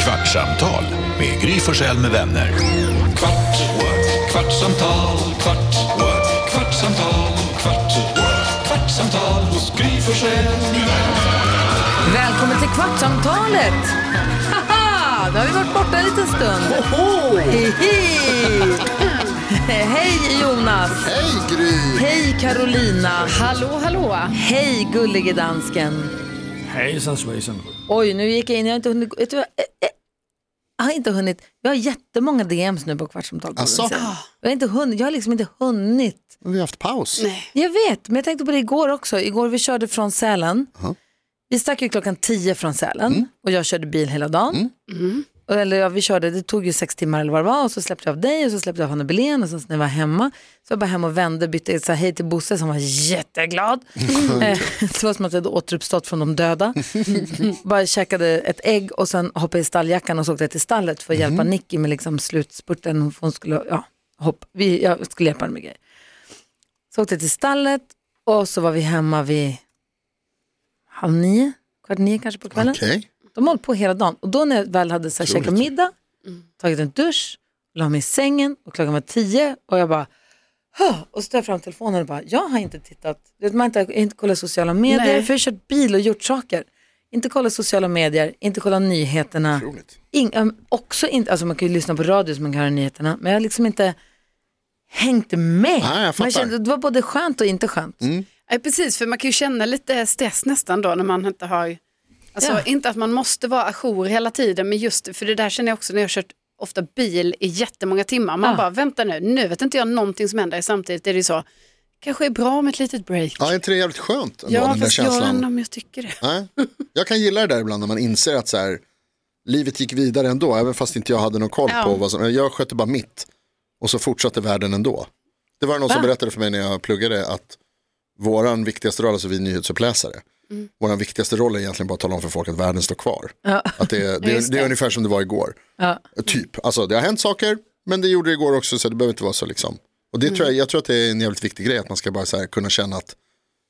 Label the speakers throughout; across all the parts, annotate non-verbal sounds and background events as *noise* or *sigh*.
Speaker 1: Kvartsamtal med Gry Forssell med vänner. Kvart, what? kvartsamtal, kvart, what? kvartsamtal, kvart, what? kvartsamtal hos Gry Forssell med vänner.
Speaker 2: Välkommen till Kvartsamtalet! Haha, nu har vi varit borta en liten stund. Hihi! Hej Jonas!
Speaker 3: Hej Gry!
Speaker 2: Hej Carolina!
Speaker 4: Hallå, hallå!
Speaker 2: Hej gullige dansken!
Speaker 5: Hejsan svejsan.
Speaker 2: Oj, nu gick jag in. Jag har inte hunnit... Vet du, vad? Eh, eh, jag har inte hunnit. Vi har jättemånga DMs nu på Kvartsamtalet.
Speaker 3: Asså?
Speaker 2: Jag har, inte hunnit, jag har liksom inte hunnit.
Speaker 3: Vi har haft paus.
Speaker 2: Jag vet, men jag tänkte på det igår också. Igår vi körde från Sälen. Vi stack ju klockan 10 från Sälen och jag körde bil hela dagen. Och- Eller ja, vi körde, det tog ju sex timmar eller vad det var och så släppte jag av dig och så släppte jag av Hanna Belén och sen så när jag var hemma så var jag bara hem och vände, bytte så här, hej till Bosse som var jätteglad. Eh, det var som att jag hade återuppstått från de döda. bara käkade ett ägg och sen hoppade i stalljackan och så åkte jag till stallet för att hjälpa Nicky med liksom slutspurten. Hon- Hon skulle, ja, hopp. Vi, jag skulle hjälpa henne med grejer. Så åkte jag till stallet och så var vi hemma vid halv nio, kvart nio kanske på kvällen.
Speaker 3: Okej.
Speaker 2: De höll på hela dagen. Och då när jag väl hade så här, käkat middag, tagit en dusch, la mig i sängen och klockan var tio och jag bara "Huh." och så tar jag fram telefonen och bara, jag har inte tittat, Du vet, man har inte, jag har inte kollat sociala medier,
Speaker 4: Nej.
Speaker 2: för jag har kört bil och gjort saker. Inte kollat sociala medier, inte kollat nyheterna. In, äm, också inte, alltså man kan ju lyssna på radio så man kan höra nyheterna, men jag har liksom inte hängt med.
Speaker 3: jag fattar. Mm.
Speaker 2: man kände, det var både skönt och inte skönt.
Speaker 4: Ja, precis, för man kan ju känna lite stress nästan då när man inte har, alltså
Speaker 2: Ja.
Speaker 4: inte att man måste vara ajour hela tiden, men just för det där känner jag också när jag har kört ofta bil i jättemånga timmar. Man
Speaker 2: Ja.
Speaker 4: bara, vänta nu, nu vet inte jag någonting som händer. Samtidigt är det ju så, kanske är bra med ett litet break.
Speaker 3: Ja, är inte det jävligt skönt ändå,
Speaker 4: ja
Speaker 3: den där
Speaker 4: fast jag vet
Speaker 3: känslan?
Speaker 4: inte om jag tycker det.
Speaker 3: Nej. Jag kan gilla det där ibland när man inser att så här, livet gick vidare ändå, även fast inte jag hade någon koll
Speaker 4: Ja.
Speaker 3: på vad som, jag skötte bara mitt. Och så fortsatte världen ändå. Det var någon som
Speaker 2: Va?
Speaker 3: berättade för mig när jag pluggade att våran viktigaste roll, alltså vi nyhetsuppläsare,
Speaker 4: Mm.
Speaker 3: våran viktigaste roll är egentligen bara att tala om för folk att världen står kvar. Att
Speaker 4: *laughs*
Speaker 3: det, det, det,
Speaker 4: Just det.
Speaker 3: är ungefär som det var igår.
Speaker 2: Ja.
Speaker 3: Typ, alltså det har hänt saker, men det gjorde det igår också så det behöver inte vara så liksom. Och
Speaker 4: Mm.
Speaker 3: det tror jag, jag tror att det är en jävligt viktig grej att man ska bara så här kunna känna att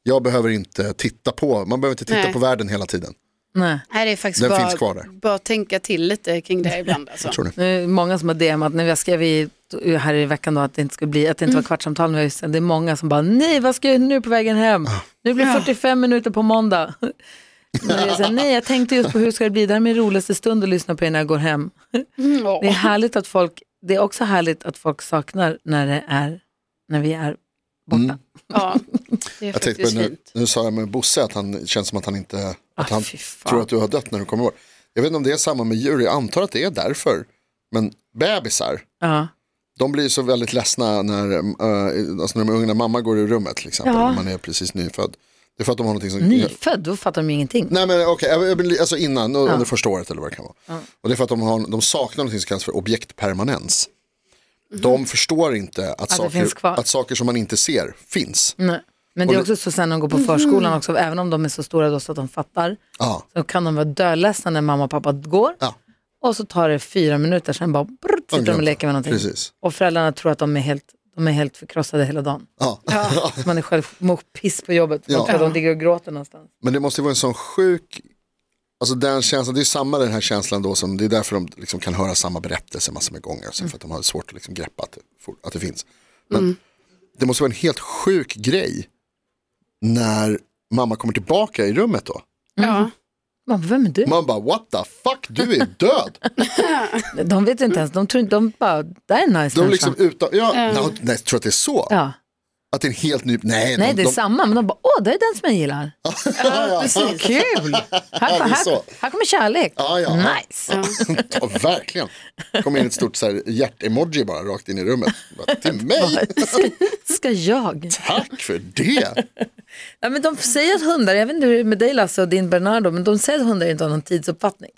Speaker 3: jag behöver inte titta på, man behöver inte titta
Speaker 4: Nej.
Speaker 3: på världen hela tiden.
Speaker 2: Nej.
Speaker 4: Nej, det är faktiskt
Speaker 3: Den
Speaker 4: bara,
Speaker 3: finns kvar där.
Speaker 4: bara tänka till lite kring
Speaker 3: *laughs*
Speaker 4: det ibland. Alltså.
Speaker 3: Tror ni?
Speaker 2: Nu är det många som har DMat, när jag skrev i, här i veckan då att det inte skulle bli, att det inte var kvartssamtal nu, just, det är många som bara, nej vad ska jag göra nu på vägen hem?
Speaker 3: Ah.
Speaker 2: Nu blir det 45 minuter på måndag. *laughs* Men jag säger, nej, jag tänkte just på hur ska det bli, det här är min roligaste stund att lyssna på innan jag går hem.
Speaker 4: Mm,
Speaker 2: Det är
Speaker 4: åh.
Speaker 2: härligt att folk, det är också härligt att folk saknar när det är, när vi är borta.
Speaker 3: Mm.
Speaker 4: ja, det är
Speaker 3: Jag tänkte på
Speaker 4: faktiskt
Speaker 3: det nu,
Speaker 4: fint.
Speaker 3: nu sa jag med Bosse att han det känns som att han inte att
Speaker 2: Ah,
Speaker 3: han
Speaker 2: fy fan.
Speaker 3: tror att du har dött när du kommer ihåg. Jag vet inte om det är samma med djur, jag antar att det är därför. Men bebisar,
Speaker 2: Ja.
Speaker 3: de blir så väldigt ledsna när, eh, alltså när de är unga, när mamma går ur rummet till exempel, när man är precis nyfödd. Det är för att de har någonting som...
Speaker 2: Nyfödd, då fattar de ju ingenting.
Speaker 3: Nej men okej, jag- jag blir- alltså innan, under första året eller vad det kan vara. Och det är för att de, har, de saknar något som kallas för objektpermanens. De förstår inte att, saker,
Speaker 2: Mhm. finns kvar. Mm.
Speaker 3: att saker som man inte ser finns.
Speaker 2: Nej. Men det är också så sen när de går på förskolan också, även om de är så stora då så att de fattar,
Speaker 3: Ja.
Speaker 2: så kan de vara döledsna när mamma och pappa går.
Speaker 3: Ja.
Speaker 2: Och så tar det fyra minuter, sen bara brr, sitter de och
Speaker 3: glömt.
Speaker 2: leker med någonting.
Speaker 3: Precis.
Speaker 2: Och föräldrarna tror att de är helt, de är helt förkrossade hela dagen.
Speaker 3: Ja.
Speaker 2: Så man är själv mår piss på jobbet. Man
Speaker 3: Ja.
Speaker 2: tror att de ligger och gråter någonstans.
Speaker 3: Men det måste ju vara en sån sjuk, alltså den känslan, det är samma den här känslan då som, det är därför de liksom kan höra samma berättelse massor med gånger,
Speaker 2: Mm.
Speaker 3: så för att de har svårt att liksom greppa att det, for- att det finns. Men det måste vara en helt sjuk grej när mamma kommer tillbaka i rummet då.
Speaker 4: Ja.
Speaker 2: Man, bara, vem är du?
Speaker 3: Man bara what the fuck, du är död.
Speaker 2: De vet ju inte ens, de tror inte, de bara, där är en nice människa.
Speaker 3: De är liksom utan, ja, nej, nej, jag tror att det är så.
Speaker 2: ja.
Speaker 3: Att det är en helt ny, nej.
Speaker 2: Nej,
Speaker 3: de,
Speaker 2: det är
Speaker 3: de,
Speaker 2: samma, men de bara, åh, där är den som jag gillar.
Speaker 4: Ja, precis.
Speaker 2: Kul! Här,
Speaker 3: det är
Speaker 2: här,
Speaker 3: så.
Speaker 2: här kommer kärlek.
Speaker 3: Ja, ja.
Speaker 2: Nice!
Speaker 3: *laughs* *laughs* Ja, verkligen. Kom in ett stort så här hjärt-emoji bara rakt in i rummet. Bara,
Speaker 2: *laughs*
Speaker 3: Till mig,
Speaker 2: Ska, ska jag?
Speaker 3: tack för det.
Speaker 2: Ja, men de säger att hundar, jag vet inte hur det är med dig Lasse och din Bernardo, men de säger att hundar inte har någon tidsuppfattning.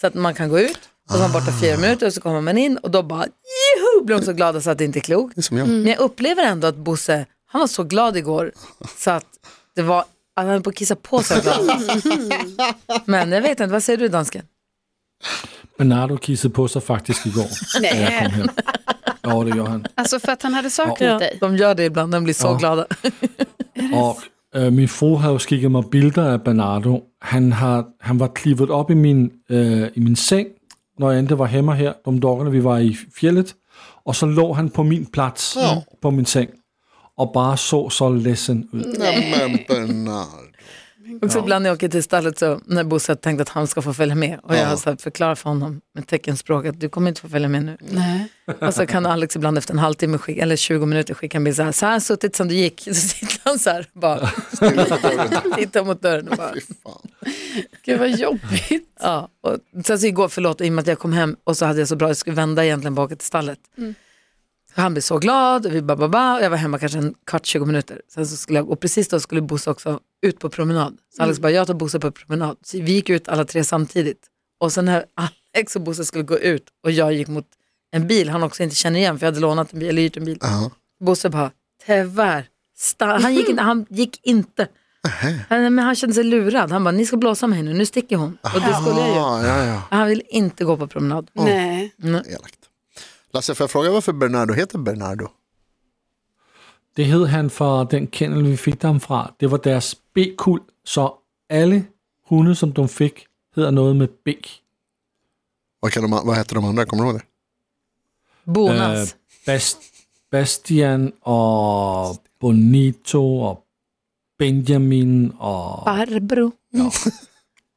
Speaker 2: Så att man kan gå ut och så är man borta fyra minuter och så kommer man in och då bara juhu blir de så glada så att det inte är klokt.
Speaker 3: som jag.
Speaker 2: Men jag upplever ändå att Bosse, han var så glad igår så att det var, att han höll på att kissa på sig av glad. Men jag vet inte, vad säger du dansken?
Speaker 5: Bernardo kissade på sig faktiskt igår. När jag kom hem. Ja, det gör han.
Speaker 4: Alltså för att han hade saknat dig.
Speaker 2: De gör det ibland, de blir så
Speaker 5: Ja.
Speaker 2: *laughs* glada.
Speaker 5: Och äh, min fru har ju skickat mig bilder av Bernardo. Han, har, han var klivet upp i min, äh, i min säng när jag inte var hemma här, de dagarna vi var i fjället. Och så låg han på min plats, på min säng. Och bara såg så ledsen ut.
Speaker 3: Nämen Bernard.
Speaker 2: Och så ibland när jag åker till stallet så när Bosse tänkte att han ska få följa med och jag har så här förklarat för honom med teckenspråk att du kommer inte få följa med nu.
Speaker 4: Nej.
Speaker 2: Och så kan Alex ibland efter en halvtimme skicka, eller 20 minuter skicka en bild så här, så här suttit som du gick. Så sitter han så här bara, tittar mot dörren och bara,
Speaker 3: Fy fan.
Speaker 4: Gud vad jobbigt.
Speaker 2: ja. Och sen så igår, förlåt, i och med att jag kom hem och så hade jag så bra, jag skulle vända egentligen bak till stallet. Så han blev så glad och vi ba, ba, ba, och jag var hemma kanske en kvart, 20 minuter. Sen så skulle jag, och precis då skulle Bosse också ut på promenad. Så Alex bara, jag tar Bosse på promenad. Så vi gick ut alla tre samtidigt. Och sen när Alex och Bosse skulle gå ut och jag gick mot en bil han också inte känner igen för jag hade lånat en bil, eller hyrt en bil.
Speaker 3: Ja.
Speaker 2: Bosse bara, tyvärr. sta- Han gick inte. Han, gick inte. Han, men han kände sig lurad. Han bara, ni ska blåsa mig nu, nu sticker hon. Och det skulle jag ju.
Speaker 3: Ja, ja, ja.
Speaker 2: Han vill inte gå på promenad.
Speaker 4: Nej.
Speaker 3: Elakt. Lasse, får jag fråga varför Bernardo heter Bernardo?
Speaker 5: Det hed han fra den kennel, vi fik dem fra. Det var deres B-kul, så alle hunde, som de fik, hedder noget med B.
Speaker 3: Vad, kan de, vad heter de andra? Kommer du ihåg det?
Speaker 2: Bonas.
Speaker 5: Øh, Bast- Bastian og Bonito og Benjamin og
Speaker 2: Barbro.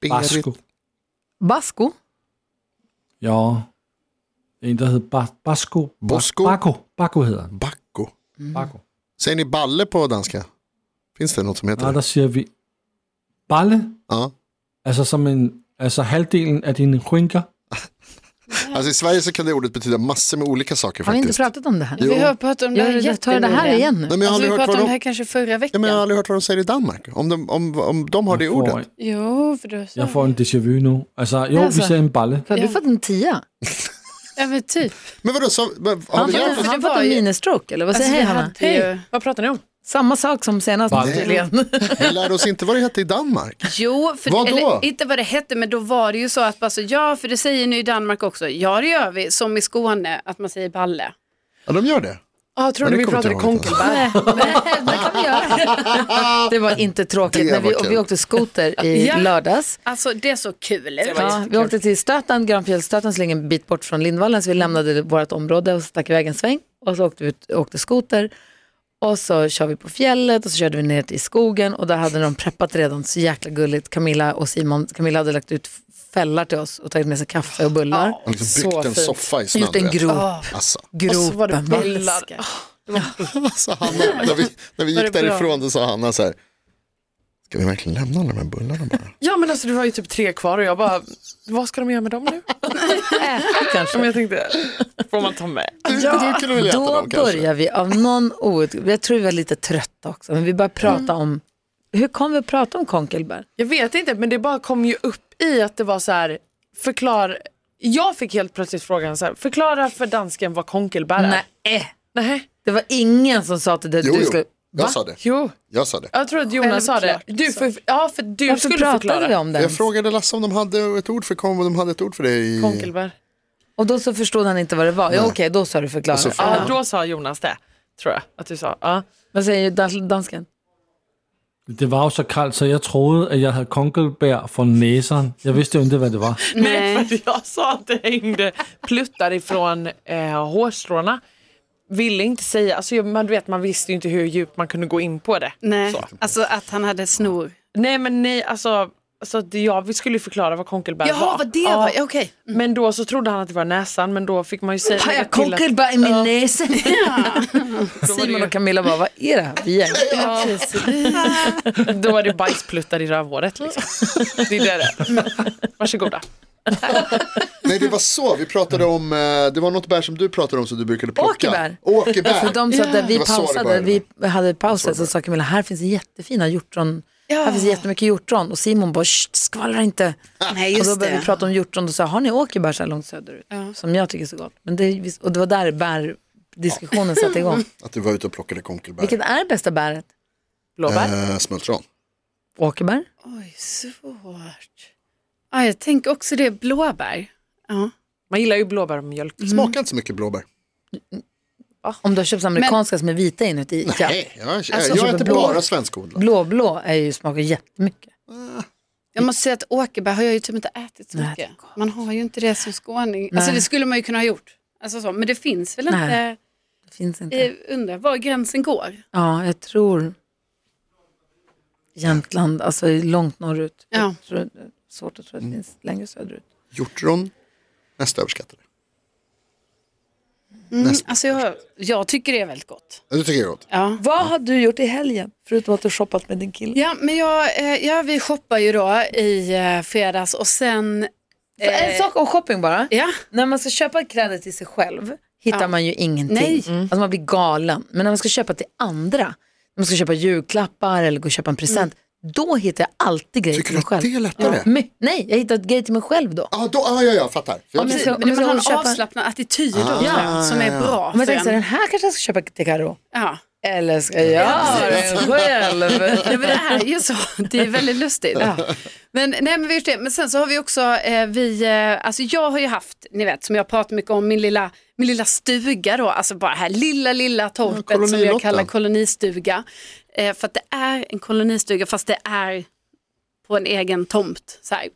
Speaker 5: Basco.
Speaker 2: Basco?
Speaker 5: Ja, en der hed ba- Basco. Ba-
Speaker 3: Bosco?
Speaker 5: Baco. Baco hedder han.
Speaker 3: Bacco.
Speaker 5: Baco.
Speaker 3: Säger ni balle på danska? Finns det något som heter
Speaker 5: Nej, der
Speaker 3: det?
Speaker 5: siger vi balle,
Speaker 3: Ja.
Speaker 5: altså som en, altså halvdelen af dine rynker.
Speaker 3: Alltså, I Sverige så kan det ordet betyda massor med olika saker
Speaker 2: Har vi inte
Speaker 3: faktiskt.
Speaker 2: pratat om det här?
Speaker 3: Jo.
Speaker 4: Vi har pratat om det här
Speaker 2: Jag tar det här
Speaker 4: jättenyligen.
Speaker 2: igen nu.
Speaker 3: Nej, men jag har
Speaker 4: alltså, vi
Speaker 3: aldrig hört
Speaker 4: pratade
Speaker 3: vad
Speaker 4: om
Speaker 3: de...
Speaker 4: det här kanske förra
Speaker 3: Ja,
Speaker 4: veckan.
Speaker 3: men jag har aldrig hört vad de säger i Danmark. Om de, om, om de har det
Speaker 5: Jeg får
Speaker 3: ordet.
Speaker 5: en-
Speaker 4: Jo, för du
Speaker 5: Jeg får en déjà vu nu. Altså, jo,
Speaker 2: Altså.
Speaker 5: vi sagde en balle.
Speaker 2: Har du
Speaker 4: Ja.
Speaker 2: fått en tia?
Speaker 4: Ja, men typ.
Speaker 3: Men vadå, så, men, har
Speaker 2: Han
Speaker 3: vi
Speaker 2: fått
Speaker 3: lärt
Speaker 2: en,
Speaker 3: oss?
Speaker 2: han
Speaker 4: det
Speaker 2: fått
Speaker 4: var
Speaker 2: en
Speaker 4: ju-
Speaker 2: minerstroke eller vad säger
Speaker 4: Alltså, vi
Speaker 2: Hanna?
Speaker 4: hade ju-
Speaker 6: Vad pratar ni om?
Speaker 2: Samma sak som senast
Speaker 5: Bara-
Speaker 2: tydligen. *laughs*
Speaker 3: Vi lärde oss inte vad det hette i Danmark.
Speaker 4: Jo, för,
Speaker 3: Vadå?
Speaker 4: eller inte vad det hette, men då var det ju så att bara så, ja, för det säger ni i Danmark också. Ja, det gör vi, som i Skåne, att man säger balle.
Speaker 3: Ja, de gör det.
Speaker 6: Ja, tror
Speaker 3: Ja,
Speaker 6: ni
Speaker 3: det
Speaker 6: vi
Speaker 3: kommer
Speaker 6: pratade
Speaker 3: inte jag ihåg.
Speaker 6: konkelbär?
Speaker 2: det kan vi
Speaker 3: *laughs*
Speaker 2: göra. Det var inte tråkigt.
Speaker 3: Det
Speaker 2: När
Speaker 3: var
Speaker 2: vi, och
Speaker 3: kul.
Speaker 2: vi åkte skoter i
Speaker 4: *laughs* Ja.
Speaker 2: lördags.
Speaker 4: Alltså, det är så kul. ut.
Speaker 2: Ja, vi åkte till Stötan, Grönfjällsstötan, som ligger en bit bort från Lindvallen. Så vi lämnade vårt område och så stack iväg en sväng. Och så åkte vi ut, åkte skoter. Och så kör vi på fjället och så körde vi ner till skogen. Och där hade de preppat redan så jäkla gulligt. Camilla och Simon, Camilla hade lagt ut fällar till oss och tagit med sig kaffe och bullar.
Speaker 3: De har liksom byggt en soffa i snön.
Speaker 2: Gjort en
Speaker 3: vet.
Speaker 2: grop. *laughs*
Speaker 3: Alltså,
Speaker 6: Och så var det
Speaker 2: Gropen. va?
Speaker 6: bullar.
Speaker 3: alltså Hanna, när vi, när vi
Speaker 4: Var
Speaker 3: gick
Speaker 4: det bra?
Speaker 3: därifrån då sa Hanna så här. Ska vi verkligen lämna alla de här bullarna bara?
Speaker 2: *laughs*
Speaker 6: Ja, men alltså det var ju typ tre kvar och jag bara, vad ska de göra med dem nu? *laughs*
Speaker 2: Äta kanske.
Speaker 6: Ja, men jag tänkte, får man ta med?
Speaker 3: Du, du kunde väl äta
Speaker 2: Då
Speaker 3: dem kanske?
Speaker 2: börjar vi av någon out... Jag tror vi var lite trötta också, men vi börjar prata
Speaker 6: Mm.
Speaker 2: om... Hur kom vi att prata om konkelbär?
Speaker 6: Jag vet inte, men det bara kom ju upp i att det var så här, förklar, jag fick helt plötsligt frågan så här, förklara för dansken vad konkelbär är.
Speaker 2: Nej,
Speaker 6: Nej.
Speaker 2: det var ingen som sa till dig att
Speaker 3: Jo,
Speaker 2: du
Speaker 3: jo.
Speaker 2: skulle...
Speaker 3: Jag sa det.
Speaker 6: Jo,
Speaker 3: Jag sa det.
Speaker 6: jag tror att Jonas sa det.
Speaker 4: Självklart,
Speaker 6: Du, för, ja, för du
Speaker 2: Varför
Speaker 6: skulle
Speaker 2: pratade
Speaker 6: förklara.
Speaker 2: vi om det?
Speaker 3: Jag
Speaker 2: ens?
Speaker 3: frågade Lasse om de hade ett ord för kom och de hade ett ord för det i...
Speaker 6: Konkelbär.
Speaker 2: Och då så förstod han inte vad det var. Ja, Okej, då sa du förklara.
Speaker 3: så
Speaker 6: Ja,
Speaker 3: Ja.
Speaker 6: då sa Jonas det, tror jag att du sa. Ja.
Speaker 2: Vad säger dans- dansken?
Speaker 5: Det var jo så koldt, så jeg troede, at jeg havde konkelbær for næseren. Jeg vidste jo ikke, hvad det var.
Speaker 6: Nej, för jag sa att det hängde pluttar ifrån eh, hårstråna. Ville inte säga, alltså, jag- man, du vet, man visste ju inte hur djupt man kunde gå in på det.
Speaker 4: Nej, alltså att han hade snor.
Speaker 6: Nej men nej, alltså, alltså det, jag vi skulle ju förklara vad konkelbär var.
Speaker 4: Jaha, vad det
Speaker 6: Ja.
Speaker 4: var. Ja, Okej.
Speaker 6: Mm. Men då så trodde han att det var näsan, men då fick man ju säga
Speaker 2: Har jag
Speaker 6: till att-
Speaker 2: konkelbär i min näsa?
Speaker 6: då var
Speaker 2: *laughs*
Speaker 6: det
Speaker 2: Simon
Speaker 6: ju-
Speaker 2: och Camilla bara, vad är det här för gäng?
Speaker 6: *laughs* Då var det bajspluttar i rövhåret. Liksom. Det är det det är. Varsågoda.
Speaker 3: Nej, det var så. Vi pratade om, eh, det var något bär som du pratade om som du brukade plocka.
Speaker 2: Åkerbär. För
Speaker 3: Åkerbär.
Speaker 2: de sa att där vi
Speaker 3: Det var så det
Speaker 2: pausade,
Speaker 3: började.
Speaker 2: vi hade pauser så sa Camilla, här finns jättefina hjortron, här finns jättemycket hjortron och Simon bara, "Sst, skvallra inte.
Speaker 4: Nej,
Speaker 2: och då
Speaker 4: just
Speaker 2: började
Speaker 4: det.
Speaker 2: vi prata om hjortron och sa, har ni åkerbär så här långt söderut? Som jag tycker är så gott. Men det, och det var där bärdiskussionen satte igång.
Speaker 3: Att du var ute och plockade konkelbär.
Speaker 2: Vilket är bästa bäret?
Speaker 6: Blåbär.
Speaker 3: Eh, smultron.
Speaker 2: Åkerbär?
Speaker 4: Oj, svårt. Ja, jag tänker också det, blåbär. Ja.
Speaker 6: Man gillar ju blåbär och mjölk.
Speaker 2: Mm.
Speaker 3: Smakar inte så mycket blåbär.
Speaker 2: Om du har köpt amerikanska som är vita inuti. Ja.
Speaker 3: Nej, jag, jag,
Speaker 2: Alltså,
Speaker 3: jag äter
Speaker 2: blå-
Speaker 3: bara svenskodlat.
Speaker 2: Blåblå är ju, smakar jättemycket.
Speaker 4: Jag måste säga att Åkerberg har jag ju typ inte ätit så
Speaker 2: Nej,
Speaker 4: mycket.
Speaker 2: det är
Speaker 4: Man har ju inte det som skåning. Alltså
Speaker 2: Nej.
Speaker 4: det skulle man ju kunna ha gjort. Alltså så. Men det finns väl
Speaker 2: Nej.
Speaker 4: inte.
Speaker 2: Det finns inte.
Speaker 4: Eh, undrar var gränsen går.
Speaker 2: Ja, jag tror Jämtland, alltså långt norrut.
Speaker 4: Ja.
Speaker 2: Jag tror, svårt att tro att
Speaker 3: Mm.
Speaker 2: det finns längre söderut.
Speaker 3: Hjortron, nästa överskattade.
Speaker 4: Mm, alltså jag, jag tycker det är väldigt gott.
Speaker 3: Ja, Det tycker jag är gott.
Speaker 4: Ja.
Speaker 2: Vad har du gjort i helgen, förutom att du shoppat med din kille?
Speaker 4: Ja, men jag, eh, ja, vi shoppar ju då i eh, fredags och sen...
Speaker 2: För En sak om shopping bara.
Speaker 4: Ja,
Speaker 2: När man ska köpa kläder till sig själv hittar
Speaker 4: Ja.
Speaker 2: man ju ingenting.
Speaker 4: Nej.
Speaker 3: Mm.
Speaker 2: Alltså man blir galen. Men när man ska köpa till andra, när man ska köpa julklappar eller gå och köpa en present, då hittar jag alltid grejer
Speaker 3: Tycker
Speaker 2: till mig
Speaker 3: du att
Speaker 2: själv.
Speaker 3: det är lättare? Ja,
Speaker 2: My- nej, jag hittar grejer till mig själv då.
Speaker 3: ah, då, ah, ja, jag fattar. För jag
Speaker 2: men-
Speaker 3: tycker-
Speaker 2: så-
Speaker 4: men det
Speaker 2: men
Speaker 4: man har en
Speaker 2: så- köpa-
Speaker 4: avslappnad attityd då,
Speaker 3: Ah,
Speaker 4: tror jag, som
Speaker 3: ja,
Speaker 4: är
Speaker 3: ja.
Speaker 4: bra
Speaker 2: Om jag
Speaker 4: för
Speaker 2: tänker så här,
Speaker 4: en.
Speaker 2: den här kanske jag ska köpa till Karo.
Speaker 4: Ja.
Speaker 2: Eller ska jag den själv?
Speaker 4: Nej, men det här är ju så, det är väldigt lustigt. Men, nej, men, vi har gjort det. men sen så har vi också, eh, vi, eh, alltså jag har ju haft, ni vet som jag pratar mycket om, min lilla, min lilla stuga då, alltså bara det här lilla, lilla torpet som
Speaker 3: kolonilotten.
Speaker 4: jag kallar kolonistuga. Eh, för att det är en kolonistuga fast det är på en egen tomt. Så här.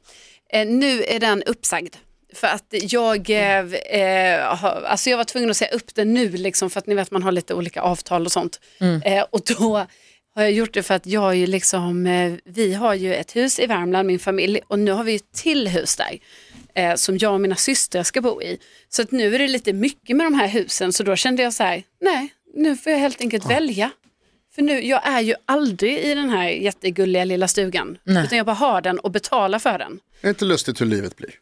Speaker 4: Eh, nu är den uppsagd. För att jag, eh, eh, har- alltså jag var tvungen att säga upp den nu, liksom, för att ni vet man har lite olika avtal och sånt. Eh, och då har jag gjort det för att jag är ju liksom, eh, vi har ju ett hus i Värmland, min familj, och nu har vi ju ett till hus där eh, som jag och mina systrar ska bo i. Så att nu är det lite mycket med de här husen, så då kände jag så här, nej, nu får jag helt enkelt välja. För nu, jag är ju aldrig i den här jättegulliga lilla stugan. Utan jag bara har den och betalar för den.
Speaker 3: Är det inte lustigt hur livet blir?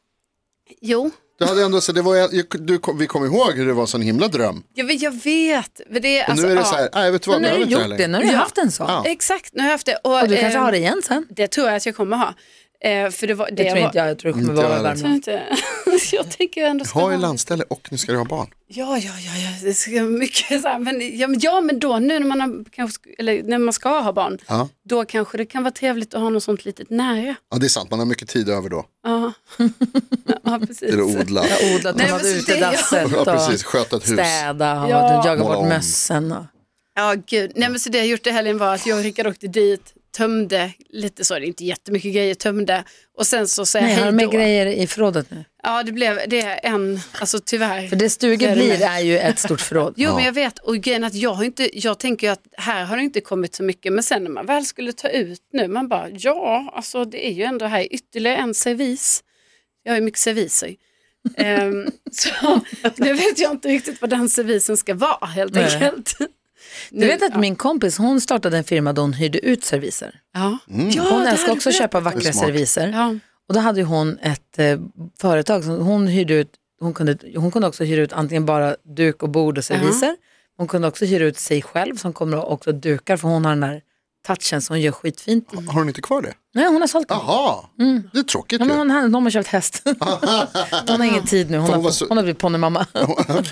Speaker 4: Jo,
Speaker 3: Du hade ändå, så det var, jag- du, kom- vi kom ihåg hur det var en sån himla dröm.
Speaker 4: jag vet. Jag vet. Men det är,
Speaker 3: Och
Speaker 4: alltså,
Speaker 3: nu är det
Speaker 4: ja.
Speaker 3: så här, nej vet du
Speaker 2: Men
Speaker 3: vad,
Speaker 2: nu har
Speaker 3: behöver
Speaker 2: du
Speaker 3: inte
Speaker 2: gjort det,
Speaker 3: här längre.
Speaker 2: nu har du
Speaker 4: Ja.
Speaker 2: haft en sak.
Speaker 3: Ja.
Speaker 4: Exakt, nu har jag haft det. Och,
Speaker 2: Och du kanske
Speaker 4: eh,
Speaker 2: har det igen sen.
Speaker 4: Det tror jag att jag kommer ha. Eh, för det var,
Speaker 2: Det,
Speaker 4: det
Speaker 2: tror
Speaker 4: var,
Speaker 2: inte jag, jag tror det kommer
Speaker 3: Inte jag
Speaker 2: vara i
Speaker 3: heller.
Speaker 4: tror jag
Speaker 2: Värmland.
Speaker 4: inte. *laughs* jag tänker ändå ska
Speaker 3: Ha i
Speaker 4: ha-
Speaker 3: landställe och nu ska du ha barn.
Speaker 4: Ja, ja, ja, ja. Det ska mycket så här, men, ja, men- ja, men då nu när man, har, kanske, sk- eller, när man ska ha barn,
Speaker 3: Ja.
Speaker 4: då kanske det kan vara trevligt att ha något sånt litet nära.
Speaker 3: ja, det är sant, man har mycket tid över då.
Speaker 4: Ja, *laughs* ja precis.
Speaker 3: Till att odla.
Speaker 2: Odlat och
Speaker 4: Nej,
Speaker 2: haft
Speaker 4: men så det-
Speaker 2: utedasset
Speaker 3: Ja, precis,
Speaker 2: och
Speaker 3: sköta ett hus.
Speaker 2: städa och
Speaker 4: Ja.
Speaker 2: jaga
Speaker 3: Måla
Speaker 2: bort
Speaker 3: om.
Speaker 2: mössen. Och.
Speaker 4: Ja, gud. Nej, men så det jag gjort i helgen var att jag och Rickard åkte dit, tömde lite så, det är inte jättemycket grejer, tömde och sen så sa jag
Speaker 2: Nej, jag har
Speaker 4: hej
Speaker 2: med
Speaker 4: då.
Speaker 2: grejer i förrådet nu.
Speaker 4: Ja, det blev, det är en, alltså tyvärr.
Speaker 2: För det
Speaker 4: Så
Speaker 2: stugor
Speaker 4: är det
Speaker 2: blir
Speaker 4: med.
Speaker 2: är ju ett stort förråd.
Speaker 4: *laughs* Jo, men jag vet, och grejen är att jag har inte, jag tänker ju att här har det inte kommit så mycket, men sen när man väl skulle ta ut nu, man bara, ja, alltså det är ju ändå här ytterligare en servis. Jag har ju mycket serviser. Ehm, *laughs* så nu vet jag inte riktigt vad den servisen ska vara helt
Speaker 2: Nej.
Speaker 4: enkelt.
Speaker 2: Du vet att min kompis hon startade en firma där hon hyrde ut serviser.
Speaker 4: Ja, ja
Speaker 2: Hon
Speaker 4: det
Speaker 2: älskar
Speaker 4: hade
Speaker 2: också
Speaker 4: du
Speaker 2: att köpa
Speaker 4: berättat.
Speaker 2: vackra
Speaker 3: smart.
Speaker 2: serviser.
Speaker 4: Ja.
Speaker 2: Och då hade ju hon ett eh, företag som hon hyrde ut, hon kunde, hon kunde också hyra ut antingen bara duk och bord och serviser. Hon kunde också hyra ut sig själv som kommer och också dukar för hon har den där touchen som hon gör skitfint.
Speaker 4: Mm.
Speaker 3: Har hon inte kvar det?
Speaker 2: Nej, hon har sålt den.
Speaker 3: Jaha, det är tråkigt
Speaker 2: Ja,
Speaker 3: ju.
Speaker 2: men hon, hon, de har köpt
Speaker 3: *laughs*
Speaker 2: häst. hon har ingen tid nu, hon,
Speaker 3: Hon
Speaker 2: har,
Speaker 3: var så-
Speaker 2: hon har blivit ponnymamma. *laughs*
Speaker 3: *laughs*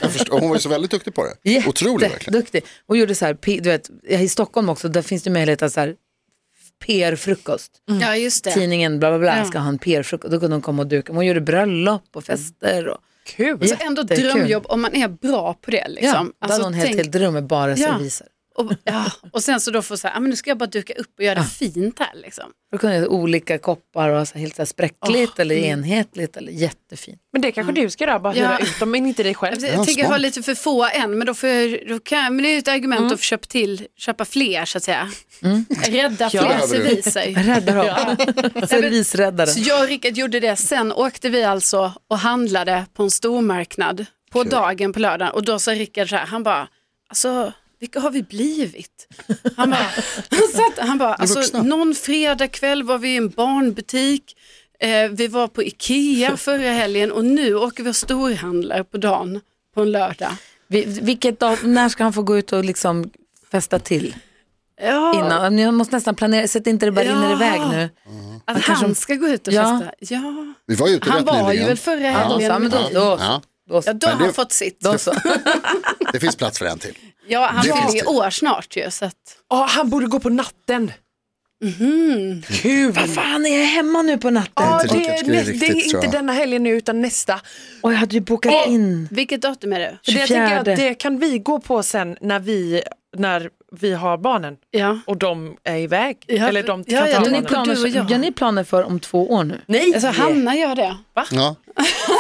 Speaker 3: Jag förstår, hon var ju så väldigt duktig på det. Otrolig verkligen.
Speaker 2: Jätteduktig. Och gjorde så här, P- du vet, i Stockholm också, där finns det möjlighet att så här, PR-frukost.
Speaker 4: Ja, just det.
Speaker 2: Tidningen bla bla bla
Speaker 4: Ja.
Speaker 2: ska ha en PR-frukost. Då kunde hon komma och duka. Men Hon gjorde bröllop och fester. Och...
Speaker 6: Kul.
Speaker 4: Så Alltså, ändå
Speaker 2: Jättekul.
Speaker 4: drömjobb om man är bra på det.
Speaker 2: Ja,
Speaker 4: Liksom.
Speaker 2: då hade hon helt till rum med bara
Speaker 4: Ja.
Speaker 2: serviser.
Speaker 4: och, ja, och sen så då får så här, "Ah, men nu ska jag bara duka upp och göra det fint här. Liksom.
Speaker 2: Då kunde jag göra olika koppar och så här, helt så här spräckligt eller
Speaker 4: mm.
Speaker 2: enhetligt eller jättefint.
Speaker 6: Men det kanske du ska göra, bara
Speaker 4: Ja.
Speaker 6: hyra ut dem, men inte dig själv.
Speaker 4: Jag, jag tänker
Speaker 3: smart.
Speaker 4: ha lite för få än, men, då får jag, då kan, jag- men det är ju ett argument
Speaker 2: Mm.
Speaker 4: att köpa till, köpa fler så att säga. Rädda fler
Speaker 3: behöver du.
Speaker 4: serviser.
Speaker 2: Räddar
Speaker 4: *laughs*
Speaker 2: *laughs* dem. Servisräddaren.
Speaker 4: Så jag och Rickard gjorde det, sen åkte vi alltså och handlade på en stormarknad på dagen på lördagen och då sa Rickard så här, han bara, alltså vilka har vi blivit?
Speaker 3: *laughs*
Speaker 4: Han bara, han satt, han bara alltså,
Speaker 3: vuxna.
Speaker 4: någon fredag kväll var vi i en barnbutik, eh, vi var
Speaker 3: *laughs*
Speaker 4: på Ikea förra helgen och nu åker vi och storhandlar på dagen på en lördag.
Speaker 2: Vi- Vilket dag, när ska han få gå ut och liksom festa till?
Speaker 4: Ja,
Speaker 2: Innan. Ni måste nästan planera, sätt inte det bara rinner
Speaker 4: Ja.
Speaker 2: iväg nu.
Speaker 4: att han ska gå ut och
Speaker 2: Ja.
Speaker 4: festa. Ja.
Speaker 3: Vi var ju ute
Speaker 4: Han
Speaker 3: rätt
Speaker 4: var ju
Speaker 3: nyligen.
Speaker 4: väl förra
Speaker 2: Ja,
Speaker 4: helgen.
Speaker 2: så, men då, då,
Speaker 3: Ja,
Speaker 2: då,
Speaker 4: Ja,
Speaker 2: så.
Speaker 4: då har
Speaker 3: det-
Speaker 4: han fått sitt.
Speaker 2: då så.
Speaker 3: det finns plats för en till.
Speaker 4: Ja, han
Speaker 3: Det finns
Speaker 4: fyller ju
Speaker 3: det.
Speaker 4: år snart ju. Så att...
Speaker 6: Ja, Ah, han borde gå på natten. Kul.
Speaker 2: Vad fan, är jag hemma nu på natten?
Speaker 6: Mhm. Ja,
Speaker 3: Inte
Speaker 6: det, är
Speaker 3: riktigt grej
Speaker 6: nä- det
Speaker 3: riktigt,
Speaker 6: är
Speaker 3: tror
Speaker 6: inte
Speaker 3: jag.
Speaker 6: denna helgen nu utan nästa.
Speaker 2: Och jag hade ju bokat in.
Speaker 4: Vilket datum är det?
Speaker 6: För det, jag tänker jag,
Speaker 2: 24.
Speaker 6: det kan vi gå på sen när vi, när vi har barnen
Speaker 4: Ja.
Speaker 6: och de är iväg.
Speaker 4: Ja,
Speaker 6: Eller
Speaker 4: för-
Speaker 6: de
Speaker 4: ja,
Speaker 6: kan
Speaker 4: ja,
Speaker 2: Gör
Speaker 6: ta
Speaker 2: ni,
Speaker 4: men-
Speaker 6: barnen.
Speaker 2: planer,
Speaker 4: du och jag.
Speaker 2: gör ni planer för om två år nu?
Speaker 6: Nej!
Speaker 4: Alltså Hanna gör det.
Speaker 3: Ja,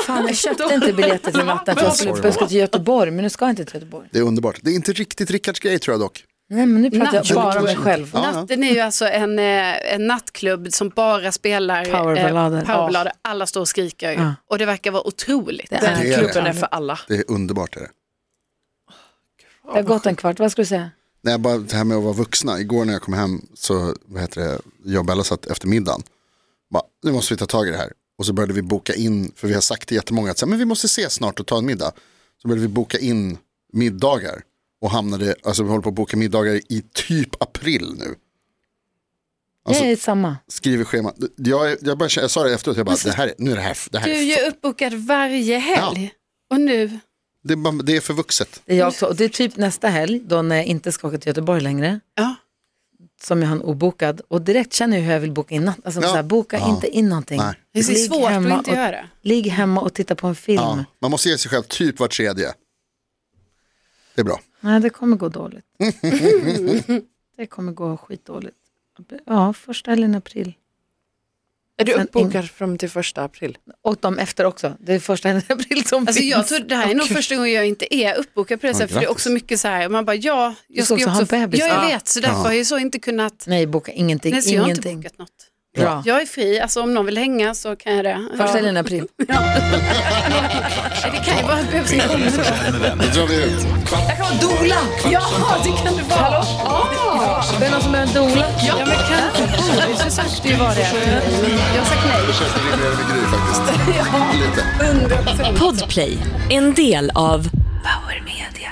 Speaker 2: Fan, jag köpte inte biljetter till natten för jag skulle jag ska till Göteborg, men nu ska jag inte till Göteborg.
Speaker 3: det är underbart. Det är inte riktigt Rickards grej tror jag dock.
Speaker 2: Nej, men nu pratar jag
Speaker 4: Natt-
Speaker 2: bara om mig själv.
Speaker 3: Ja, ja.
Speaker 4: Natten är ju alltså en, eh, en nattklubb som bara spelar eh,
Speaker 2: Powerballader.
Speaker 4: powerballader. Alla står och skriker
Speaker 2: Ja.
Speaker 4: och det verkar vara otroligt.
Speaker 2: Det
Speaker 6: Den
Speaker 2: är,
Speaker 3: Det
Speaker 6: här
Speaker 3: är
Speaker 6: klubben
Speaker 3: det.
Speaker 6: är för alla.
Speaker 3: Det är underbart. Är det.
Speaker 2: det har gått en kvart, vad ska du säga?
Speaker 3: Nej, bara det här med att vara vuxna. Igår när jag kom hem så, vad heter det, jag och Bella satt efter middagen. Bara, nu måste vi ta tag i det här. Och så började vi boka in, för vi har sagt till jättemånga att så här, men vi måste ses snart och ta en middag. Så började vi boka in middagar. Och hamnade, alltså vi håller på att boka middagar i typ april nu. Alltså-
Speaker 2: Jag är samma.
Speaker 3: Skriver schema. Jag, är- jag, bara, jag sa det efteråt, jag bara, det här, är- nu är det här, det här
Speaker 4: Du är
Speaker 3: är,
Speaker 4: ju
Speaker 3: fa-
Speaker 4: uppbokad varje helg. Och nu,
Speaker 3: det, är bara- det är för vuxet.
Speaker 2: Det är, jag också. Och det är typ nästa helg, då när jag inte ska åka till Göteborg längre,
Speaker 4: ja.
Speaker 2: som jag har en obokad. Och direkt känner jag hur jag vill boka in natt. Alltså,
Speaker 3: Ja.
Speaker 2: så här, boka
Speaker 3: Ja.
Speaker 2: inte in någonting.
Speaker 3: Nej.
Speaker 4: det är så
Speaker 2: Ligg
Speaker 4: svårt att
Speaker 2: hemma
Speaker 4: inte
Speaker 2: och-
Speaker 4: göra det.
Speaker 2: Ligg hemma och titta på en film.
Speaker 3: Ja.
Speaker 4: Mm.
Speaker 3: Man måste ge sig själv typ var tredje. Det är bra.
Speaker 2: Nej, det kommer gå
Speaker 4: *laughs*
Speaker 2: dåligt. det kommer gå skitdåligt. Ja, första helgen i april.
Speaker 6: Är du
Speaker 2: Sen
Speaker 6: uppbokad fram till första april?
Speaker 2: Och de efter också. Det är första helgen i april som
Speaker 4: Alltså
Speaker 2: finns.
Speaker 4: jag tror det här är nog första gången jag inte är uppbokad på det sättet. För det är
Speaker 3: grattis.
Speaker 4: också mycket så här, man bara ja, jag
Speaker 2: ska
Speaker 4: ska ju
Speaker 2: också ha
Speaker 4: också...
Speaker 2: en bebis.
Speaker 4: ja, jag
Speaker 2: Ja.
Speaker 4: vet, så därför har jag så inte kunnat...
Speaker 2: Nej, boka ingenting.
Speaker 4: Nej, så jag har inte
Speaker 2: ingenting.
Speaker 4: bokat något.
Speaker 2: Bra.
Speaker 4: Jag är fri, alltså om någon vill hänga så kan jag det.
Speaker 2: Första
Speaker 4: Ja.
Speaker 2: helgen i april.
Speaker 4: Det kan ju bara behövas en gång.
Speaker 1: Forssell med vänner.
Speaker 3: Då drar vi ut.
Speaker 2: Jag kan vara dola.
Speaker 4: Ja, det kan det vara.
Speaker 2: Ah, det är någon som är en dola.
Speaker 4: Ja, men kanske. Så sagt det ju var det. Jag har sagt nej.
Speaker 3: Det känns det rimligare med Gry faktiskt. Lite.
Speaker 7: Podplay, en del av Power Media.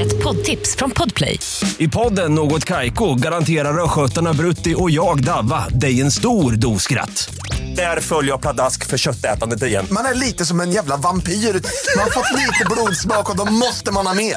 Speaker 7: Ett poddtips från Podplay.
Speaker 8: I podden Något Kaiko garanterar östgötarna Brutti och jag, Davva, dig en stor dos skratt. Där följer jag pladask för köttätandet igen.
Speaker 9: Man är lite som en jävla vampyr. Man har fått lite blodsmak och då måste man ha mer.